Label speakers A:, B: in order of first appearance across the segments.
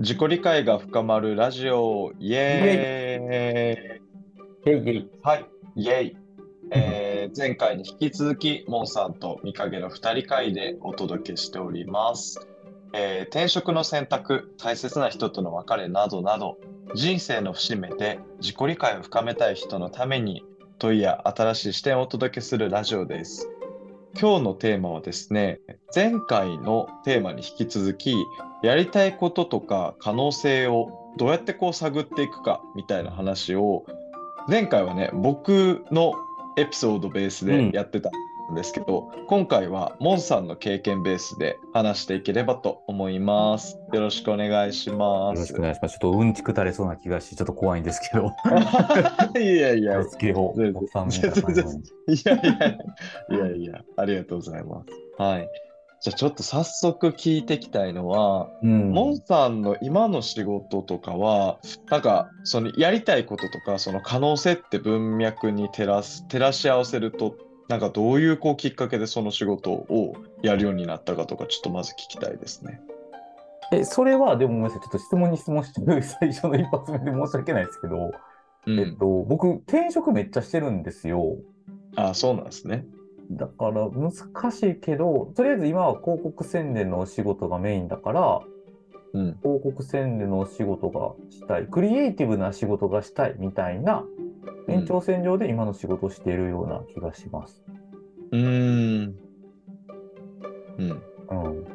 A: 自己理解が深まるラジオ、イエ
B: イェイイェイ
A: ーイはい、イエーイ、えー前回に引き続き、モンさんとミカゲの2人会でお届けしております。えー転職の選択、大切な人との別れなどなど、人生の節目で自己理解を深めたい人のために、問いや新しい視点をお届けするラジオです。今日のテーマはですね、前回のテーマに引き続き、やりたいこととか可能性をどうやってこう探っていくかみたいな話を前回はね僕のエピソードベースでやってたんですけど、今回はモンさんの経験ベースで話していければと思います。よろしくお願いし
B: よ
A: ま
B: ろ
A: す
B: しくお。願いします。ちょっとうんちくたれそうな気がして、ちょっと怖いんですけど。
A: いやいや
B: お好き方、お
A: 全然
B: っさんみたいな感 じなのに
A: いやいやいやいやありがとうございます。はい。じゃあちょっと早速聞いていきたいのは、
B: うん
A: モンさんの今の仕事とかはなんかそのやりたいこととかその可能性って文脈に照らす照らし合わせるとなんかどういうこうきっかけでその仕事をやるようになったかとかちょっとまず聞きたいですね。
B: え、それは、でもごめんなさい。ちょっと質問に質問してる最初の一発目で申し訳ないですけど、
A: う
B: えっ
A: ん、
B: と、僕、転職めっちゃしてるんですよ。
A: あそうなんですね。
B: だから、難しいけど、とりあえず今は広告宣伝のお仕事がメインだから、
A: うん
B: 広告宣伝のお仕事がしたい、クリエイティブな仕事がしたいみたいな延長線上で今の仕事をしているような気がします。
A: うーん、うん、
B: うん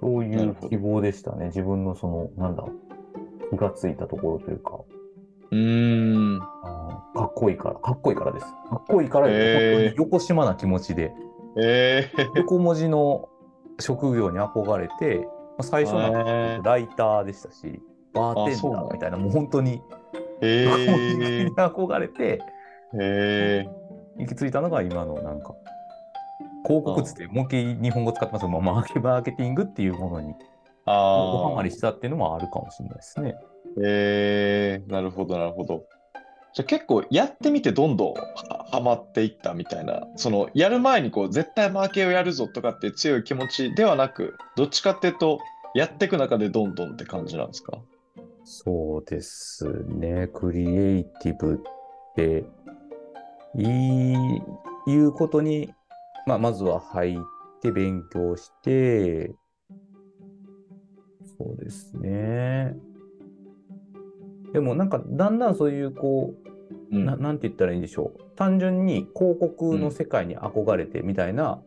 B: そうい
A: なる
B: う
A: ほど
B: 希望でしたね。自分のその、なんだ、気がついたところというか、
A: うーん
B: あーかっこいいから、かっこいいからです。かっこいいから、
A: へー
B: 本当に横島な気持ちで、
A: えー、
B: 横文字の職業に憧れて、まあ最初なんか
A: え
B: ライターでしたし、バーテ
A: あ
B: ン
A: そうな
B: ダ
A: ん
B: ー
A: だ
B: みたいな、もう本当に
A: ー、え
B: 横文字に
A: ー、
B: 憧れて、
A: えー、
B: 行き着いたのが今のなんか、広告っつって、もう一回日本語使ってますけど、まあマーケマーケティングっていうものに
A: あ
B: おハマ
A: あ
B: り、したっていうのもあるかもしれないですね。
A: えー、なるほどなるほど。じゃあ結構やってみてどんどんははまっていったみたいなそのやる前にこう絶対マーケをやるぞとかっていう強い気持ちではなくどっちかっていうとやっていく中でどんどんって感じなんですか
B: そうですね。クリエイティブって、いい、いうことに、まあ、まずは入って勉強して、そうですね。でもなんか、だんだんそういう、こう、
A: うん
B: ななんて言ったらいいんでしょう。単純に広告の世界に憧れてみたいな、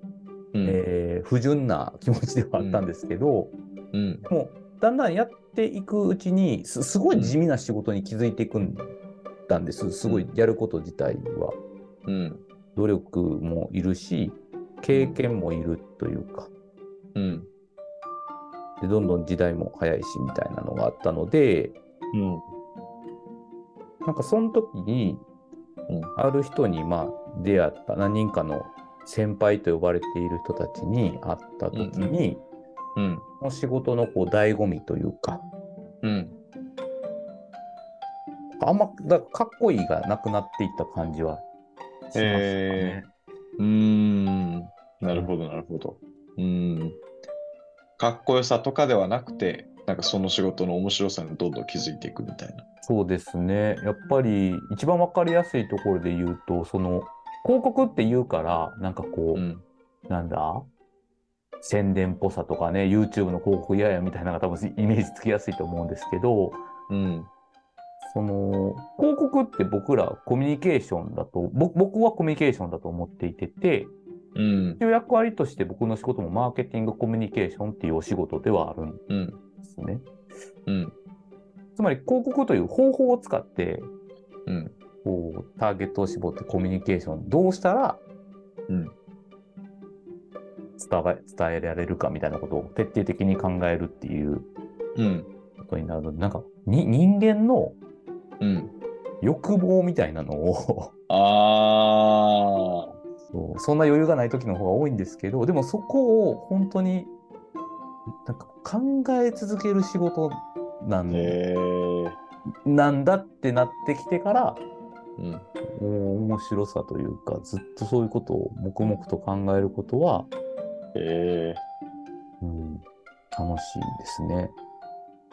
A: うん
B: えー不純な気持ちではあったんですけど、
A: うん
B: でもだんだんやっていくうちにすすごい地味な仕事に気づいていくんだんですすごいやること自体は
A: うん
B: 努力もいるし経験もいるというか
A: うん
B: でどんどん時代も早いしみたいなのがあったので
A: うん
B: なんかその時に
A: うん
B: ある人にまあ出会った何人かの先輩と呼ばれている人たちに会った時に、
A: うん
B: この仕事のこう醍醐味というか
A: うん
B: あんまだからかっこいいがなくなっていった感じはしましたね。
A: えうーんなるほどなるほどうんかっこよさとかではなくてなんかその仕事の面白さにどんどん気づいていくみたいな
B: そうですね。やっぱり一番わかりやすいところで言うと、その広告って言うから、なんかこう、
A: うん
B: なんだ宣伝っぽさとかね、YouTube の広告嫌やみたいなのが多分イメージつきやすいと思うんですけど、
A: うん
B: その広告って僕らコミュニケーションだと、ぼ僕はコミュニケーションだと思っていてて、
A: うん
B: 一応役割として僕の仕事もマーケティングコミュニケーションっていうお仕事ではあるんで
A: うん
B: すね。
A: うん
B: つまり広告という方法を使って、
A: うん
B: こうターゲットを絞ってコミュニケーションどうしたら、
A: うん
B: 伝え伝えられるかみたいなことを徹底的に考えるっていう
A: うん
B: ことになるのでなんかに人間の
A: うん
B: 欲望みたいなのを
A: ああ
B: そうそんな余裕がない時の方が多いんですけどでもそこを本当になんか考え続ける仕事なん,、
A: へえ
B: なんだってなってきてから
A: うん
B: お面白さというかずっとそういうことを黙々と考えることは、
A: へえ
B: うん、楽しいですね。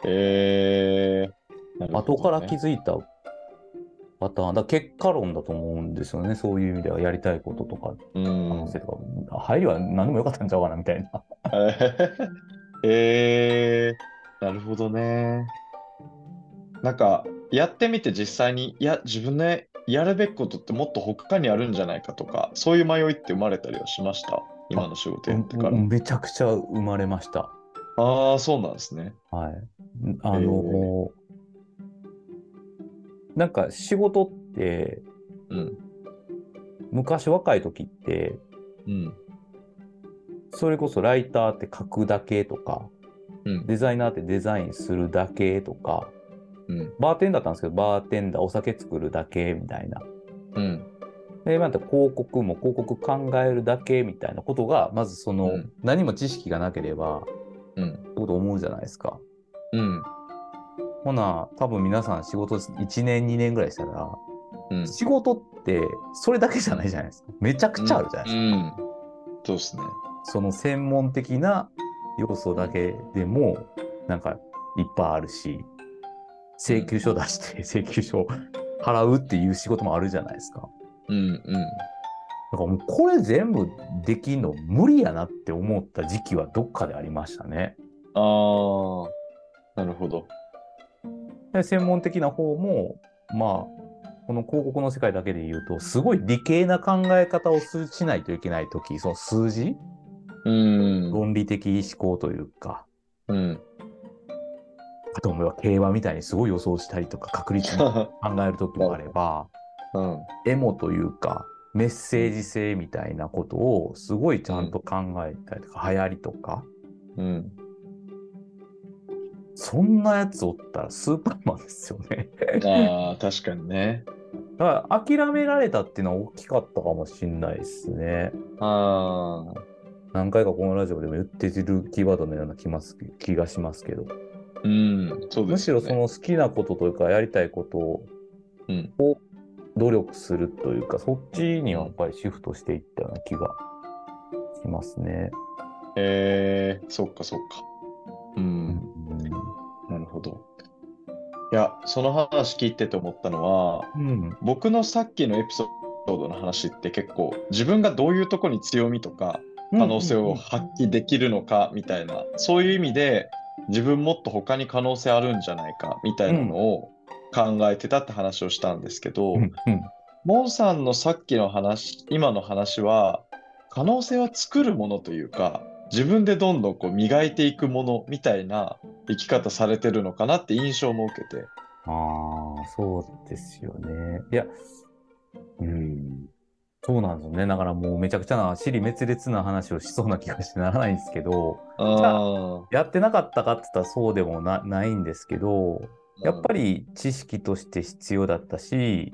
A: えー、なるほど
B: 後
A: ね
B: から気づいたパターン、だから結果論だと思うんですよね、そういう意味では、やりたいこととか、
A: う
B: 可
A: ん
B: 能。性とか、入りは何でもよかったんちゃうかなみたいな。
A: えー、なるほどね。なんか、やってみて実際に、いや、自分でやるべきことってもっと他にあるんじゃないかとか、そういう迷いって生まれたりはしました。今の仕事やってから。
B: めちゃくちゃ生まれました。
A: ああ、そうなんですね。
B: はい。あの、なんか仕事って、
A: うん。
B: 昔若い時って、
A: うん。
B: それこそライターって書くだけとか、
A: うん。
B: デザイナーってデザインするだけとか、
A: うん。
B: バーテンダーだったんですけど、バーテンダーお酒作るだけみたいな。
A: うん。
B: で、また広告も広告考えるだけみたいなことが、まずその、
A: うん
B: 何も知識がなければ、
A: うん。
B: ってこと思うじゃないですか。
A: うん。
B: ほな、多分皆さん仕事1年、2年ぐらいしたら、
A: うん。
B: 仕事ってそれだけじゃないじゃないですか。めちゃくちゃあるじゃないですか。
A: うん。そうですね。
B: その専門的な要素だけでもなんかいっぱいあるし請求書出して 請求書払うっていう仕事もあるじゃないですか。
A: うん。うん。
B: だからもうこれ全部できんの無理やなって思った時期はどっかでありましたね。
A: ああ、なるほど。
B: で専門的な方もまあこの広告の世界だけで言うとすごい理系な考え方をすしないといけない時その数字
A: うん。
B: 論理的思考というか
A: うん。
B: あとは競馬みたいにすごい予想したりとか確率も考える時もあれば、
A: うん。
B: エモというか、メッセージ性みたいなことをすごいちゃんと考えたりとか、流行りとか、
A: うん。
B: そんなやつおったらスーパーマンですよね。
A: ああ、確かにね。
B: だから諦められたっていうのは大きかったかもしんないですね。
A: ああ、
B: 何回かこのラジオでも言ってるキーワードのような気ます気がしますけど、
A: うん、そうで
B: むし
A: すよ
B: ろ
A: ね。
B: その好きなことというかやりたいことを
A: うん
B: 努力するというか、そっちにはやっぱりシフトしていったような気がしますね。
A: えー、そっかそっか。うん、なるほど。いや、その話聞いてて思ったのは、
B: うん
A: 僕のさっきのエピソードの話って結構、自分がどういうとこに強みとか、可能性を発揮できるのかみたいな、そういう意味で、自分もっと他に可能性あるんじゃないかみたいなのを考えてたって話をしたんですけど、
B: うんうん
A: モンさんのさっきの話、今の話は、可能性は作るものというか、自分でどんどんこう磨いていくものみたいな生き方されてるのかなって印象も受けて。
B: ああ、そうですよね。いや、うん。そうなんですよね。だからもうめちゃくちゃな、尻滅裂な話をしそうな気がしてならないんですけど、
A: あ
B: やってなかったかって言ったらそうでもなないんですけど、やっぱ
A: り。
B: り知識として必要だったし、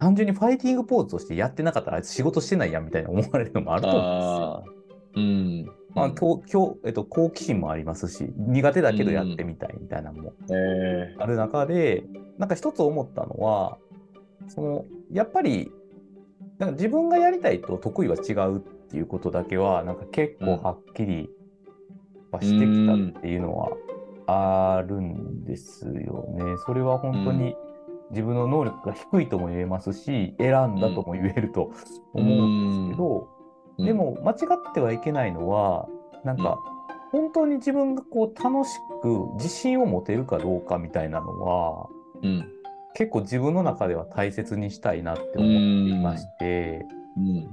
B: 単純にファイティングポーズとしてやってなかったらあいつ仕事してないやんみたいな思われるのもあると思うんですよ。
A: ああ。うん。
B: まあ、今日、今日、えっと、好奇心もありますし、苦手だけどやってみたいみたいなのも
A: え
B: ある中でなんか一つ思ったのはそのやっぱりなんか自分がやりたいと得意は違うっていうことだけはなんか結構はっきりはしてきたっていうのはあるんですよね。それは本当に自分の能力が低いとも言えますし選んだとも言えると思うんですけど、
A: ー
B: で、も間違ってはいけないのはなんか本当に自分がこう楽しく自信を持てるかどうかみたいなのは
A: うん。
B: 結構自分の中では大切にしたいなって思っていまして
A: うん。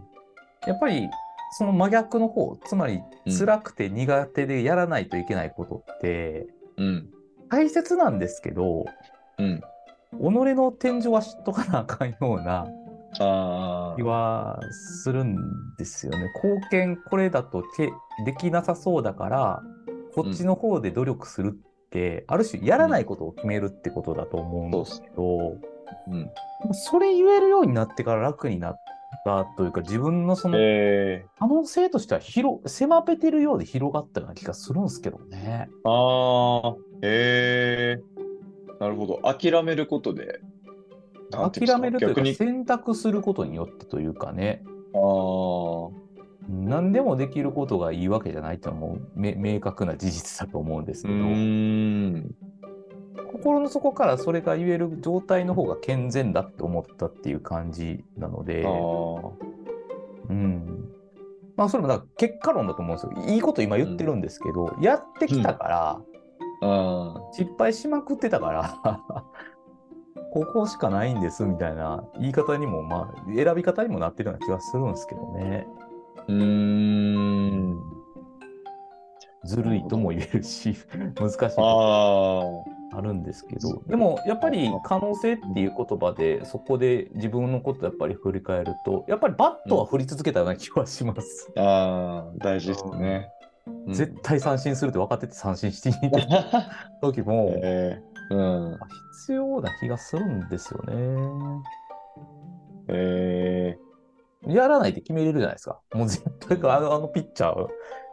B: やっぱりその真逆の方つまり
A: うん
B: 辛くて苦手でやらないといけないことって
A: うん。
B: 大切なんですけど
A: うん。
B: 己の天井は知っとかなあかんような
A: あ
B: 気はするんですよね。貢献これだとけできなさそうだからこっちの方で努力するって、ある種やらないことを決めるってことだと思うんですけど、
A: あ。うん。
B: それ言えるようになってから楽になったというか自分のその
A: え
B: 可能性としては広狭めてるようで広がったような気がするんですけどね。
A: ー、ああ。えー。なるほど。諦めることで。なんていうんですか
B: 諦めるという
A: 逆
B: か
A: に
B: 選択することによってというかね。
A: ああ、
B: 何でもできることがいいわけじゃないっていうのはもうめ明確な事実だと思うんです
A: う
B: けど、
A: ーん。
B: 心の底からそれが言える状態の方が健全だって思ったっていう感じなので、
A: あー
B: うん。まあそれもだから結果論だと思うんですよ。いいこと今言ってるんですけど、やってきたから、
A: あ
B: 失敗しまくってたから、 ここしかないんですみたいな言い方にも、まあ選び方にもなってるような気がするんですけどね。
A: ー。うーん。
B: ずるいとも言えるし、 難しいとこ
A: ああ。
B: あるんですけど、でもやっぱり可能性っていう言葉で、そこで自分のことやっぱり振り返ると、やっぱりバットは振り続けたような気はします。
A: ああ、大事ですね。うん
B: 絶対三振するって分かってて三振してい た時も、
A: えーうん。
B: 必要な気がするんですよ
A: え
B: ね。やらないって決めれるじゃないですか。もう絶対
A: うん
B: あのあのピッチャー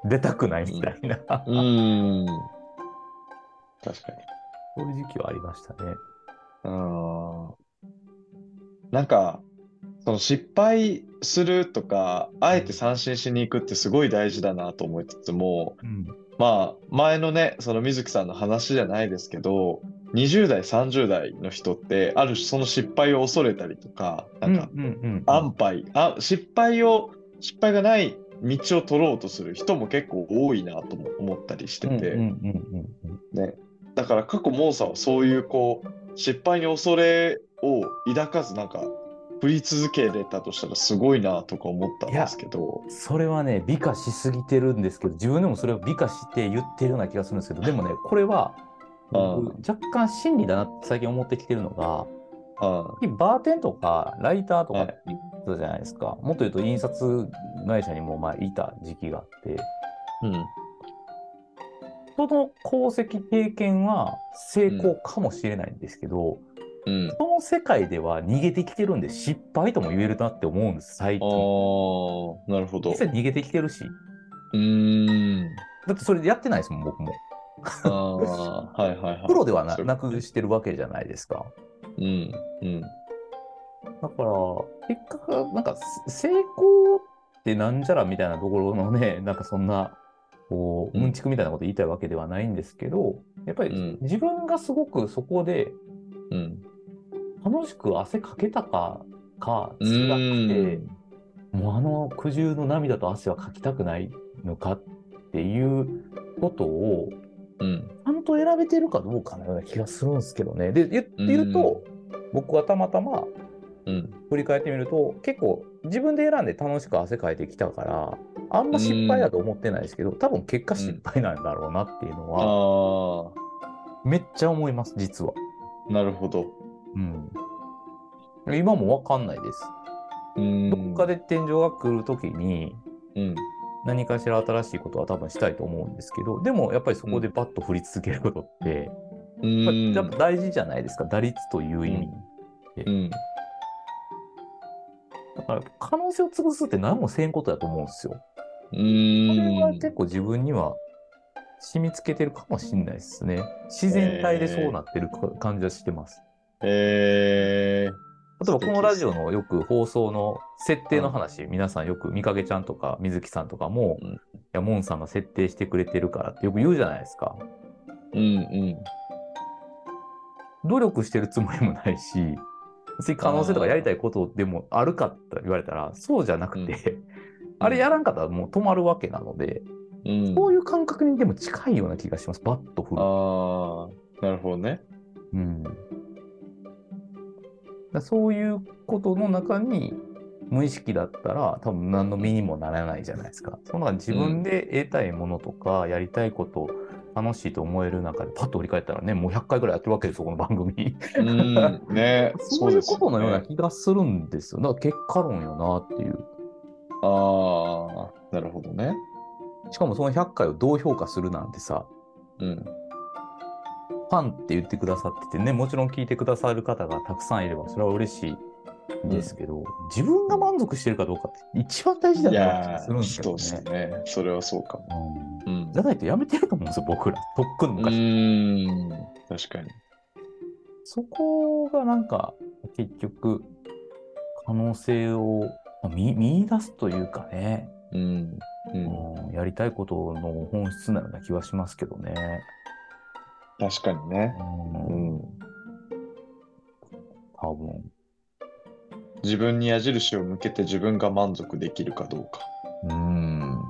B: 出たくないみたいな、
A: ー、うーん。確かに。
B: そういう時期はありましたね。
A: うん。なんか、その失敗するとか、あえて三振しに行くってすごい大事だなと思いつつも、
B: うん、
A: まあ、前のね、その水木さんの話じゃないですけど、20代、30代の人って、ある種その失敗を恐れたりとか、なんか、
B: うんうん
A: 安牌あ失敗を失敗がない道を取ろうとする人も結構多いなとも思ったりして
B: うん
A: て、
B: うんうんうん
A: ね、だから過去モンさんはそういうこう失敗に恐れを抱かずなんか振り続けれたとしたらすごいなとか思ったんですけど
B: うんそれはね美化しすぎてるんですけど自分でもそれを美化して言ってるような気がするんですけどでもねこれは
A: ああ
B: 僕若干真理だなって最近思ってきてるのが
A: あ
B: バーテンとかライターとか
A: は
B: っ
A: い
B: て言ってたじゃないですか、もっと言うと印刷会社にもまあいた時期があって
A: うん
B: その功績経験は成功かもしれないんですけど、
A: うん
B: その世界では逃げてきてるんで失敗とも言えるなって思うんです最
A: あ
B: 近。
A: ーなるほど
B: 実
A: う
B: 際逃げてきてるし
A: ーん
B: だってそれでやってないですもん僕も。
A: あーはいはいはい
B: プロではな
A: それ
B: なくしてるわけじゃないですか。
A: うんうん
B: だから、結果、なんか、せ成功ってなんじゃらみたいなところのね、 なんかそんな、こう、
A: うん
B: うんちくみたいなこと言いたいわけではないんですけど、やっぱ
A: う
B: り
A: ん
B: 自分がすごくそこで
A: うん
B: 楽しく汗かけたか、か、
A: う
B: 辛く
A: ー
B: て
A: ん、
B: もうあの苦渋の涙と汗はかきたくないのかっていうことを、
A: うん
B: ちゃんと選べてるかどうかのような気がするんですけどね。で、言ってると、僕はたまたま、
A: うん
B: 振り返ってみると結構自分で選んで楽しく汗かいてきたからあんま失敗だと思ってないですけど多分結果失敗なんだろうなっていうの
A: あ
B: は
A: ー
B: めっちゃ思います実は、
A: なるほど
B: うん、今も分かんないです
A: うーん
B: どっかで天井が来る時に
A: うん
B: 何かしら新しいことは多分したいと思うんですけどでもやっぱりそこでバッと振り続けることって、
A: う
B: やっぱ
A: ん
B: やっぱ大事じゃないですか打率という意味、
A: うん
B: だから可能性を潰すって何もせんことだと思うんですよ
A: う
B: これは
A: ーん
B: 結構自分には染み付けてるかもしれないですね。自然体でそうなってるか感じはしてます。
A: え
B: 例えばこのラジオのよく放送の設定の話、皆さんよくみかげちゃんとかみずきさんとかも、
A: うん
B: いやモンさんが設定してくれてるからってよく言うじゃないですか。
A: ー、うん
B: 努力してるつもりもないし、別に可能性とかやりたいことでもあるかって言われたら、そうじゃなくて、あれやらんかったらもう止まるわけなので、
A: うん。
B: こう
A: い
B: いう感覚にでも近いような気がします。バッと振る
A: ああ、なるほど ね。
B: うん、だからそういうことの中に無意識だったら多分何の身にもならないじゃないですか。その中で自分で得たいものとかやりたいこと楽しいと思える中でパッと振り返ったらねもう100回ぐらいやってるわけですよこの番組。
A: うん、ね。
B: そういうことのよう
A: そ
B: な
A: ですね
B: 気がするんですよ。だから結果論よなっていう。
A: ああ、なるほどね。
B: しかもその100回をどう評価するなんてさ
A: うん。
B: ファンって言ってくださっててねもちろん聞いてくださる方がたくさんいればそれは嬉しいんですけど、自分が満足してるかどうかって一番大事だ
A: い
B: なって気
A: や
B: がするん
A: ー、
B: ですけ
A: そ
B: ど
A: うです
B: ね。
A: ね。それはそうかも。
B: うん
A: うん
B: じ。ゃないとやめてると思うんですよ僕らとっくの
A: う
B: 昔、
A: ーん、確かに。
B: そこがなんか結局可能性をまあ見見出すというかね
A: うん。うん。
B: うんやりたいことの本質なような気はしますけどね。
A: 確かにね。
B: う、
A: うんん。
B: 多分。
A: 自分に矢印を向けて自分が満足できるかどうか。
B: うん。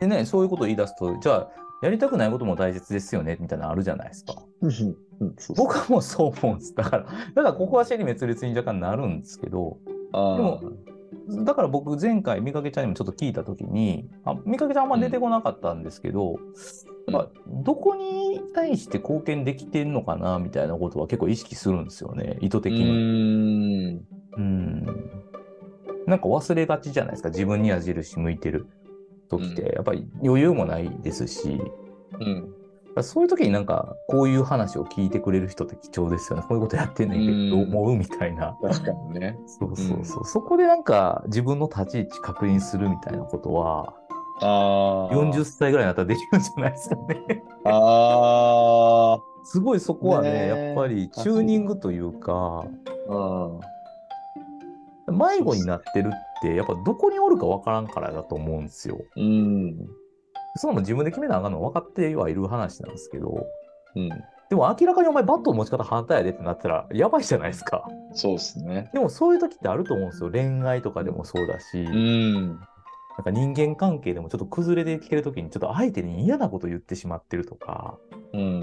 B: でね、そういうことを言い出すと、じゃあ、やりたくないことも大切ですよね、みたいなのあるじゃないですか。
A: うん、そうそう
B: 僕はもうそう思うんです。だから、だからここは尻滅裂に若干なるんですけど、
A: あー
B: でもだから僕前回見かけちゃんにもちょっと聞いた時にあ見かけちゃんあんま出てこなかったんですけど、
A: うん
B: まあどこに対して貢献できてんのかなみたいなことは結構意識するんですよね意図
A: う
B: 的に。
A: ーん。
B: うんなんか忘れがちじゃないですか自分に矢印向いてる時って、やっぱり余裕もないですし。
A: うん。
B: だからそういう時になんかこういう話を聞いてくれる人って貴重ですよね。こういうことやってんねんけどどう思うみたいな。
A: 確かにね。
B: そうそうそう。そこでなんか自分の立ち位置確認するみたいなことは、
A: ああ。
B: 40歳ぐらいになったらできるんじゃないですかね。
A: ああ。
B: すごいそこはね、
A: ねえ
B: やっぱりチューニングというか、
A: うん。
B: 迷子になってるって、やっぱどこにおるかわからんからだと思うんですよ。
A: うん。
B: そんなもん自分で決めなあかんの分かってはいる話なんですけど、
A: うん。
B: でも明らかにお前バットの持ち方反対やでってなったらやばいじゃないですか。
A: そうですね。
B: でもそういう時ってあると思うんですよ。恋愛とかでもそうだし。
A: うん。
B: なんか人間関係でもちょっと崩れてきてる時にちょっと相手に嫌なこと言ってしまってるとか
A: うん。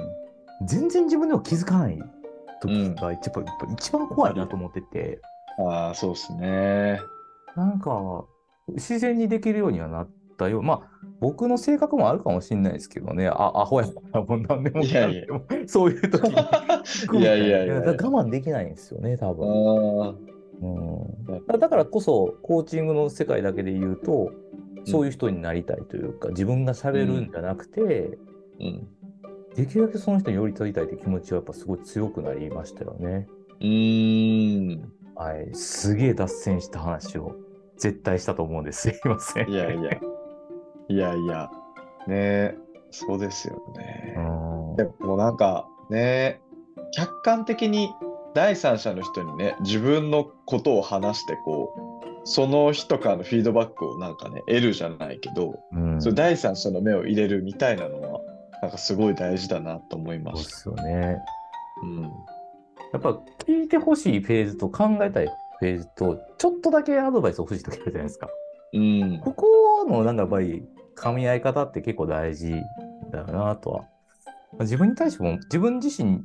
B: 全然自分でも気づかない時が一番,、一番怖いなと思ってて
A: ああ、そうですね。
B: なんか自然にできるようにはなったようまあ僕の性格もあるかもしれないですけどねあアホやからもう何でも
A: いやいや
B: かんでもそういう時に
A: いやいやいやいや
B: だから我慢できないんですよね多
A: ああ
B: 分、うんだからだからこそコーチングの世界だけで言うとそういう人になりたいというか、自分が喋るんじゃなくて、
A: うん。
B: できるだけその人に寄り添いたいって気持ちはやっぱすごい強くなりましたよね。
A: うーん。
B: はい、すげえ脱線した話を絶対したと思うんです。 すいません。
A: いやいや。いやいや。ねえ。そうですよね。
B: うん
A: でもなんかね客観的に第三者の人にね自分のことを話してこうその人からのフィードバックをなんかね得るじゃないけど、
B: うん、
A: そ
B: そうう
A: 第三者の目を入れるみたいなのはなんかすごい大事だなと思いま
B: で
A: した。
B: すよね。
A: うん
B: やっぱ聞いてほしいフェーズと考えたいフェーズとちょっとだけアドバイスを欲しい時あるじゃないですか。
A: うん
B: ここのなんかやっぱり噛み合い方って結構大事だよなとは。自分に対しても自分自身の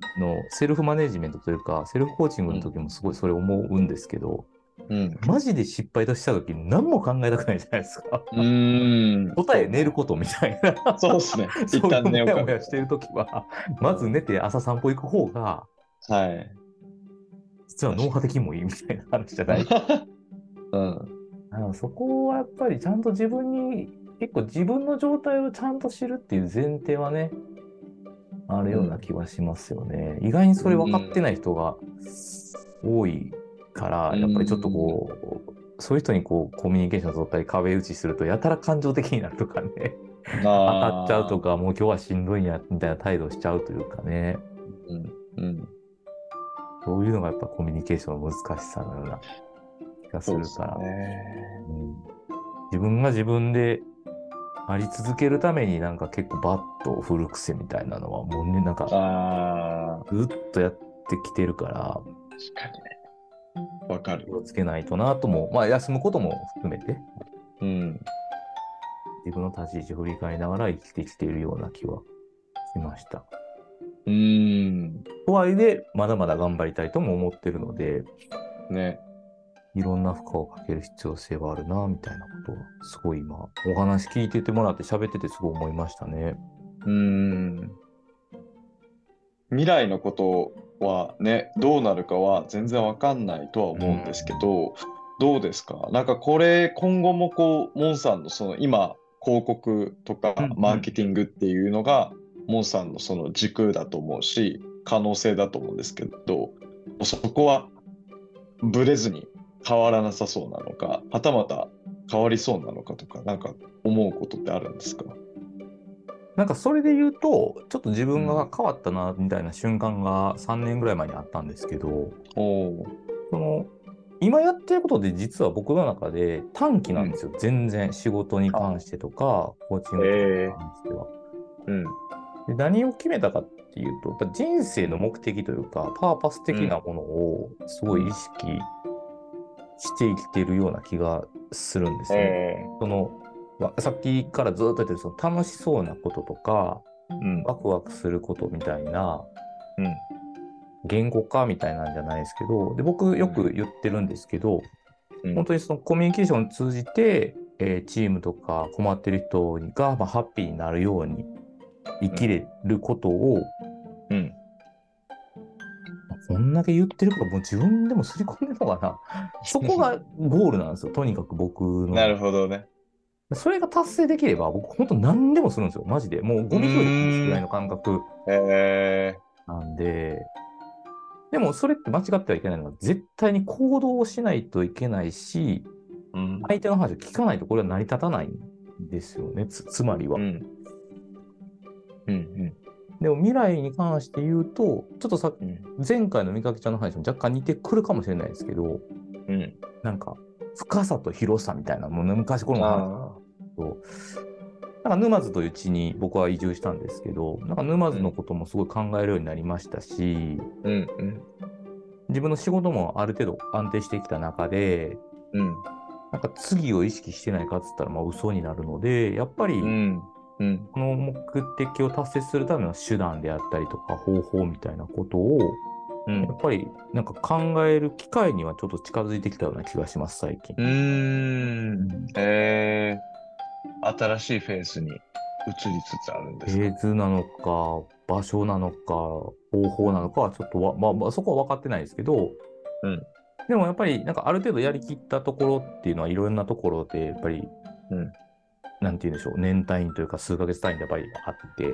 B: セルフマネジメントというかセルフコーチングの時もすごいそれ思うんですけど、
A: うん
B: マジで失敗とした時何も考えたくないじゃないですか。
A: うーん
B: 答え寝ることみたいな。
A: そうですね
B: そ
A: 一
B: ういう
A: 旦
B: も
A: 寝よう
B: や
A: か
B: もやしてる時は、まず寝て朝散歩行く方が、
A: はい
B: 実は脳波的にもいいみたいな話じゃない。
A: うん
B: うんそこはやっぱりちゃんと自分に、結構自分の状態をちゃんと知るっていう前提はね、あるような気はしますよね。意外にそれ分かってない人が多いから、
A: うん
B: やっぱりちょっとこう、そういう人にこうコミュニケーション取ったり壁打ちするとやたら感情的になるとかね。
A: 当
B: 当たっちゃうとか、もう今日はしんどいんやみたいな態度しちゃうというかね、
A: うんうん
B: そういうのがやっぱコミュニケーションの難しさのような気がす
A: そう
B: る
A: です
B: から、
A: ね
B: うん自分が自分であり続けるためになんか結構バットを振る癖みたいなのはもうね、なんか
A: ああ
B: ぐっとやってきてるから、
A: 確かにねわかる
B: 気をつけないとなとも、まあ休むことも含めて、
A: うん
B: 自分の立ち位置を振り返りながら生きてきているような気はしました。
A: うーん。
B: とはいえ、まだまだ頑張りたいとも思ってるので、
A: ね。
B: いろんな負荷をかける必要性はあるな、みたいなことを、すごい今、お話聞いててもらって喋っててすごい思いましたね。
A: うーん。未来のことはね、どうなるかは全然わかんないとは思うんですけど、どうですかなんかこれ、今後もこう、モンさんのその今、広告とか
B: うんうん
A: マーケティングっていうのが、モンさんのその軸だと思うし、可能性だと思うんですけど、そこはブレずに変わらなさそうなのか、はたまた変わりそうなのかとか、なんか思うことってあるんですか
B: なんかそれで言うと、ちょっと自分が変わったな、みたいな瞬間が3年ぐらい前にあったんですけど、
A: おお。
B: その、今やってることで実は僕の中で短期なんですよ、全然仕事に関してとかコーチングに関しては。
A: うん。
B: で何を決めたかっていうとやっぱ人生の目的というかパーパス的なものをすごい意識して生きているような気がするんですよね。
A: え
B: そのわさっきからずっと言ってるその楽しそうなこととか
A: ー。うん。
B: ワクワクすることみたいな
A: うん。
B: 言語化みたいなんじゃないですけどで僕よく言ってるんですけど、
A: うん
B: 本当にそのコミュニケーションを通じて、えーチームとか困ってる人が、まあ、ハッピーになるように生きれることを、
A: うん。
B: こんだけ言ってるからもう自分でもすり込んでるのか なそこがゴールなんですよとにかく僕の
A: なるほどね。
B: それが達成できれば僕本当何でもするんですよマジでもうゴミ拾いでもいいぐらいの感覚
A: え
B: なんででもそれって間違ってはいけないのは絶対に行動をしないといけないし
A: ー。うん。
B: 相手の話を聞かないとこれは成り立たないんですよねつつまりは、
A: うん。うん。
B: でも未来に関して言うとちょっとさ
A: うん。
B: 前回の三垣ちゃんの話も若干似てくるかもしれないですけど
A: うん。
B: なんか深さと広さみたいなもう昔この話
A: あ
B: なんか沼津という地に僕は移住したんですけどなんか沼津のこともすごい考えるようになりましたし
A: ーうん。うん。
B: 自分の仕事もある程度安定してきた中で
A: うん。
B: なんか次を意識してないかっつったらまあ嘘になるのでやっぱり、
A: うん。うん。
B: この目的を達成するための手段であったりとか方法みたいなことを
A: うん
B: やっぱりなんか考える機会にはちょっと近づいてきたような気がします最近
A: う。ーん。えー、新しいフェースに移りつつあるんですか、
B: フェーズなのか場所なのか方法なのかはちょっとわ、まあまあ、そこは分かってないですけど、
A: うん
B: でもやっぱりなんかある程度やりきったところっていうのはいろんなところでやっぱり、
A: うん
B: なんて言うんでしょう年単位というか数ヶ月単位でやっぱりあって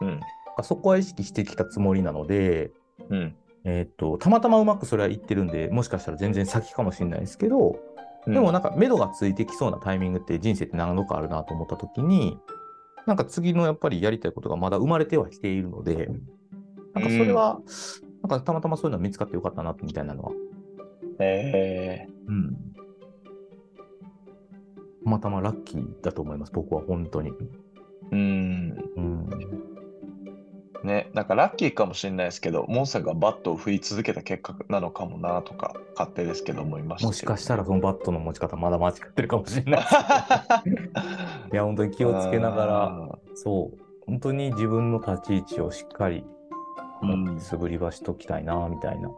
B: なん
A: うん。
B: かそこは意識してきたつもりなので。
A: うん。
B: えー、とたまたまうまくそれは言ってるんでもしかしたら全然先かもしれないですけど、でも
A: な、
B: なんか目処がついてきそうなタイミングって人生って何度かあるなと思った時になんか次のやっぱりやりたいことがまだ生まれてはきているのでなんかそれは、なんかたまたまそういうのは見つかってよかったなみたいなのは、
A: え
B: うん、たまたまラッキーだと思います僕は本当に、
A: ー、うん。
B: うん、
A: ね、なんかラッキーかもしれないですけど、モンさんがバットを振り続けた結果なのかもなとか、勝手ですけど思いました。
B: もしかしたらそのバットの持ち方まだ間違ってるかもしれ ないいや本当に 気
A: 気
B: をつけながら。そう、本当に自分の立ち位置をしっかり
A: うん
B: 素振りはしときたいな、みたいな。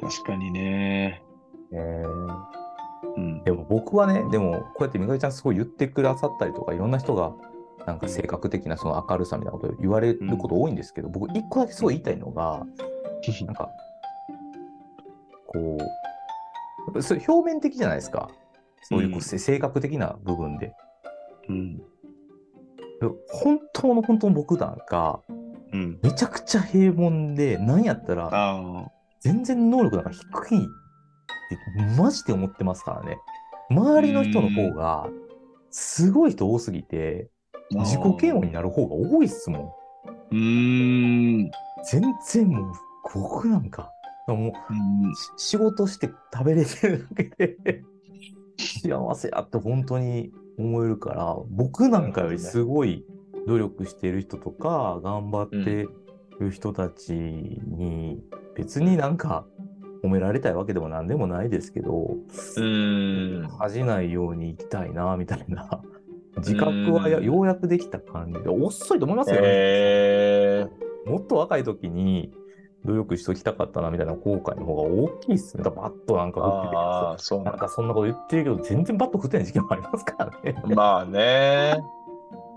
A: 確かにね。うん。
B: でも僕はね、でもこうやってみかりちゃんすごい言ってくださったりとか、いろんな人がなんか性格的なその明るさみたいなことを言われること多いんですけど、僕一個だけすごい言いたいのが、なんか、こう、やっぱりそれ表面的じゃないですか。そういうこ
A: うん
B: うせ性格的な部分で。
A: うん。
B: でも本当の本当の僕なんか、
A: うん。
B: めちゃくちゃ平凡で、なんやったら、
A: あ
B: 全然能力なんか低いってマジで思ってますからね。周りの人の方がすごい人多すぎて
A: あ。
B: 自己嫌悪になる方が多いっすもん。
A: うーん。
B: 全然もう僕なんか。もうし仕事して食べれてるだけで幸せやって本当に思えるから僕なんかよりすごい努力してる人とか頑張ってる人たちに別になんか褒められたいわけでも何でもないですけど
A: うん。
B: 恥じないように生きたいなみたいな自覚はや
A: うん
B: ようやくできた感じで遅いと思いますよね。
A: え
B: もっと若い時に努力しときたかったなみたいな後悔の方が大きいっすね。だからバットなんか
A: ー。
B: 振って
A: ああ、そう
B: な
A: なんん
B: かそんなこと言ってるけど、全然バット振ってない時期もありますからね。
A: だ。まあね。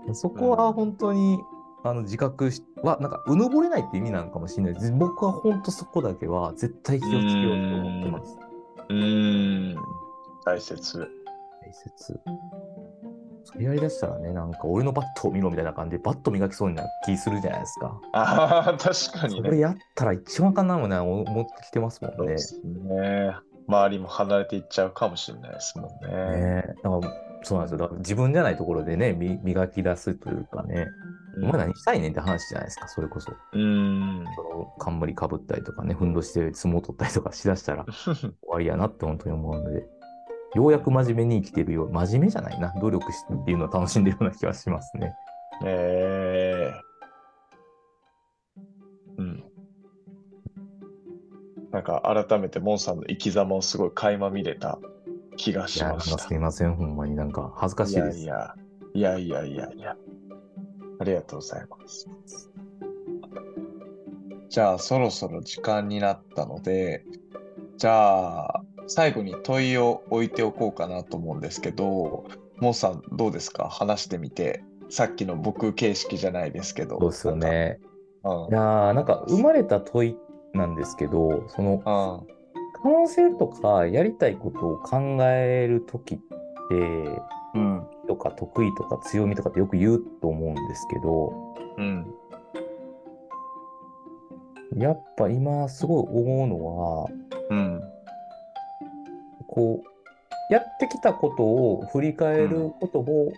B: そこは本当に、あの自覚しは、なんか、うぬぼれないって意味なのかもしれないです。僕は本当そこだけは絶対気をつけようと思ってます。
A: うーん。大切。
B: 大切。それやりだしたらね、なんか俺のバットを見ろみたいな感じで、バット磨きそうになる気するじゃないですか。
A: ああ、確かに
B: そ
A: ね。
B: れやったら一番簡単なもんね、思ってきてますも
A: そ
B: ん
A: う
B: ね
A: で。すね。周りも離れていっちゃうかもしれないですもんね。
B: ねえ、だからそうなんですよ。だから自分じゃないところでね、み磨き出すというかね。
A: うう
B: お前何したいねんって話じゃないですか、それこそ。
A: うん。
B: その冠かぶったりとかね、ふんどして相撲取ったりとかしだしたら終わりやなって本当に思うので、ようやく真面目に生きてるよう、真面目じゃないな、努力してっていうのを楽しんでるような気がしますね。
A: えー、うん。なんか改めてモンさんの生き様をすごい垣間見れた気が
B: い
A: し
B: や、
A: ま
B: なん
A: し
B: か
A: た
B: す。いません、ほんまになんか恥ずかしいです。
A: いやいやいやいやいやいや。ありがとうございます。じゃあそろそろ時間になったので、じゃあ最後に問いを置いておこうかなと思うんですけど、モンさんどうですか話してみて、さっきの僕形式じゃないですけど。
B: そうですよね。
A: なん
B: いや
A: か。
B: ーなんか生まれた問いなんですけど、その
A: うん。うん。
B: 可能性とかやりたいことを考えるときって、
A: うん。
B: とか得意とか強みとかってよく言うと思うんですけど、
A: うん。
B: やっぱ今すごい思うのは、
A: うん。
B: こう、やってきたことを振り返ることも、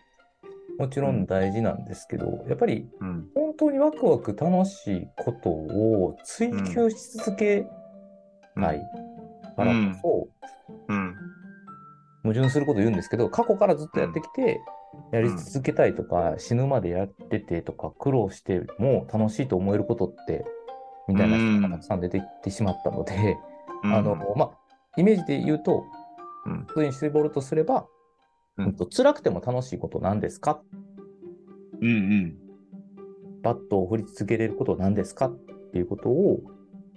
B: もちろん大事なんですけど、やっぱり
A: うん。
B: 本当にワクワク楽しいことを追求し続けたいからこ
A: うん。
B: そ、矛盾すること言うんですけど、過去からずっとやってきて、やり続けたいとか、死ぬまでやっててとか、苦労しても楽しいと思えることって、みたいな人がたくさん出てきてしまったので、
A: うん。
B: あの、まあ、イメージで言うと、
A: うん
B: 普通に絞るとすれば、
A: うん
B: うんと辛くても楽しいことなんですか
A: うんうん。
B: バットを振り続けれることなんですかっていうことを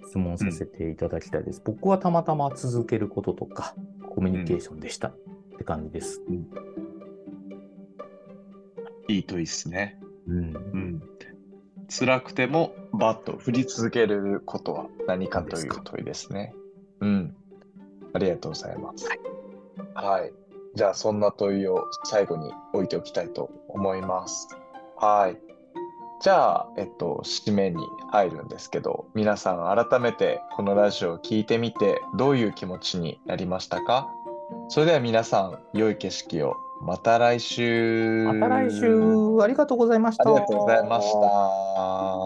B: 質問させていただきたいです。僕はたまたま続けることとか、コミュニケーションでした、って感じです。
A: いい問いですね。
B: うん。
A: うん、辛くてもバッと振り続けることは何かという問いですね。うん。ありがとうございます。はい。じゃあそんな問いを最後に置いておきたいと思います。はい。じゃあ、えっと、締めに入るんですけど、皆さん改めてこのラジオを聞いてみて、どういう気持ちになりましたかそれでは皆さん、良い景色を。また来週。
B: また来週、ありがとうございました。
A: ありがとうございました。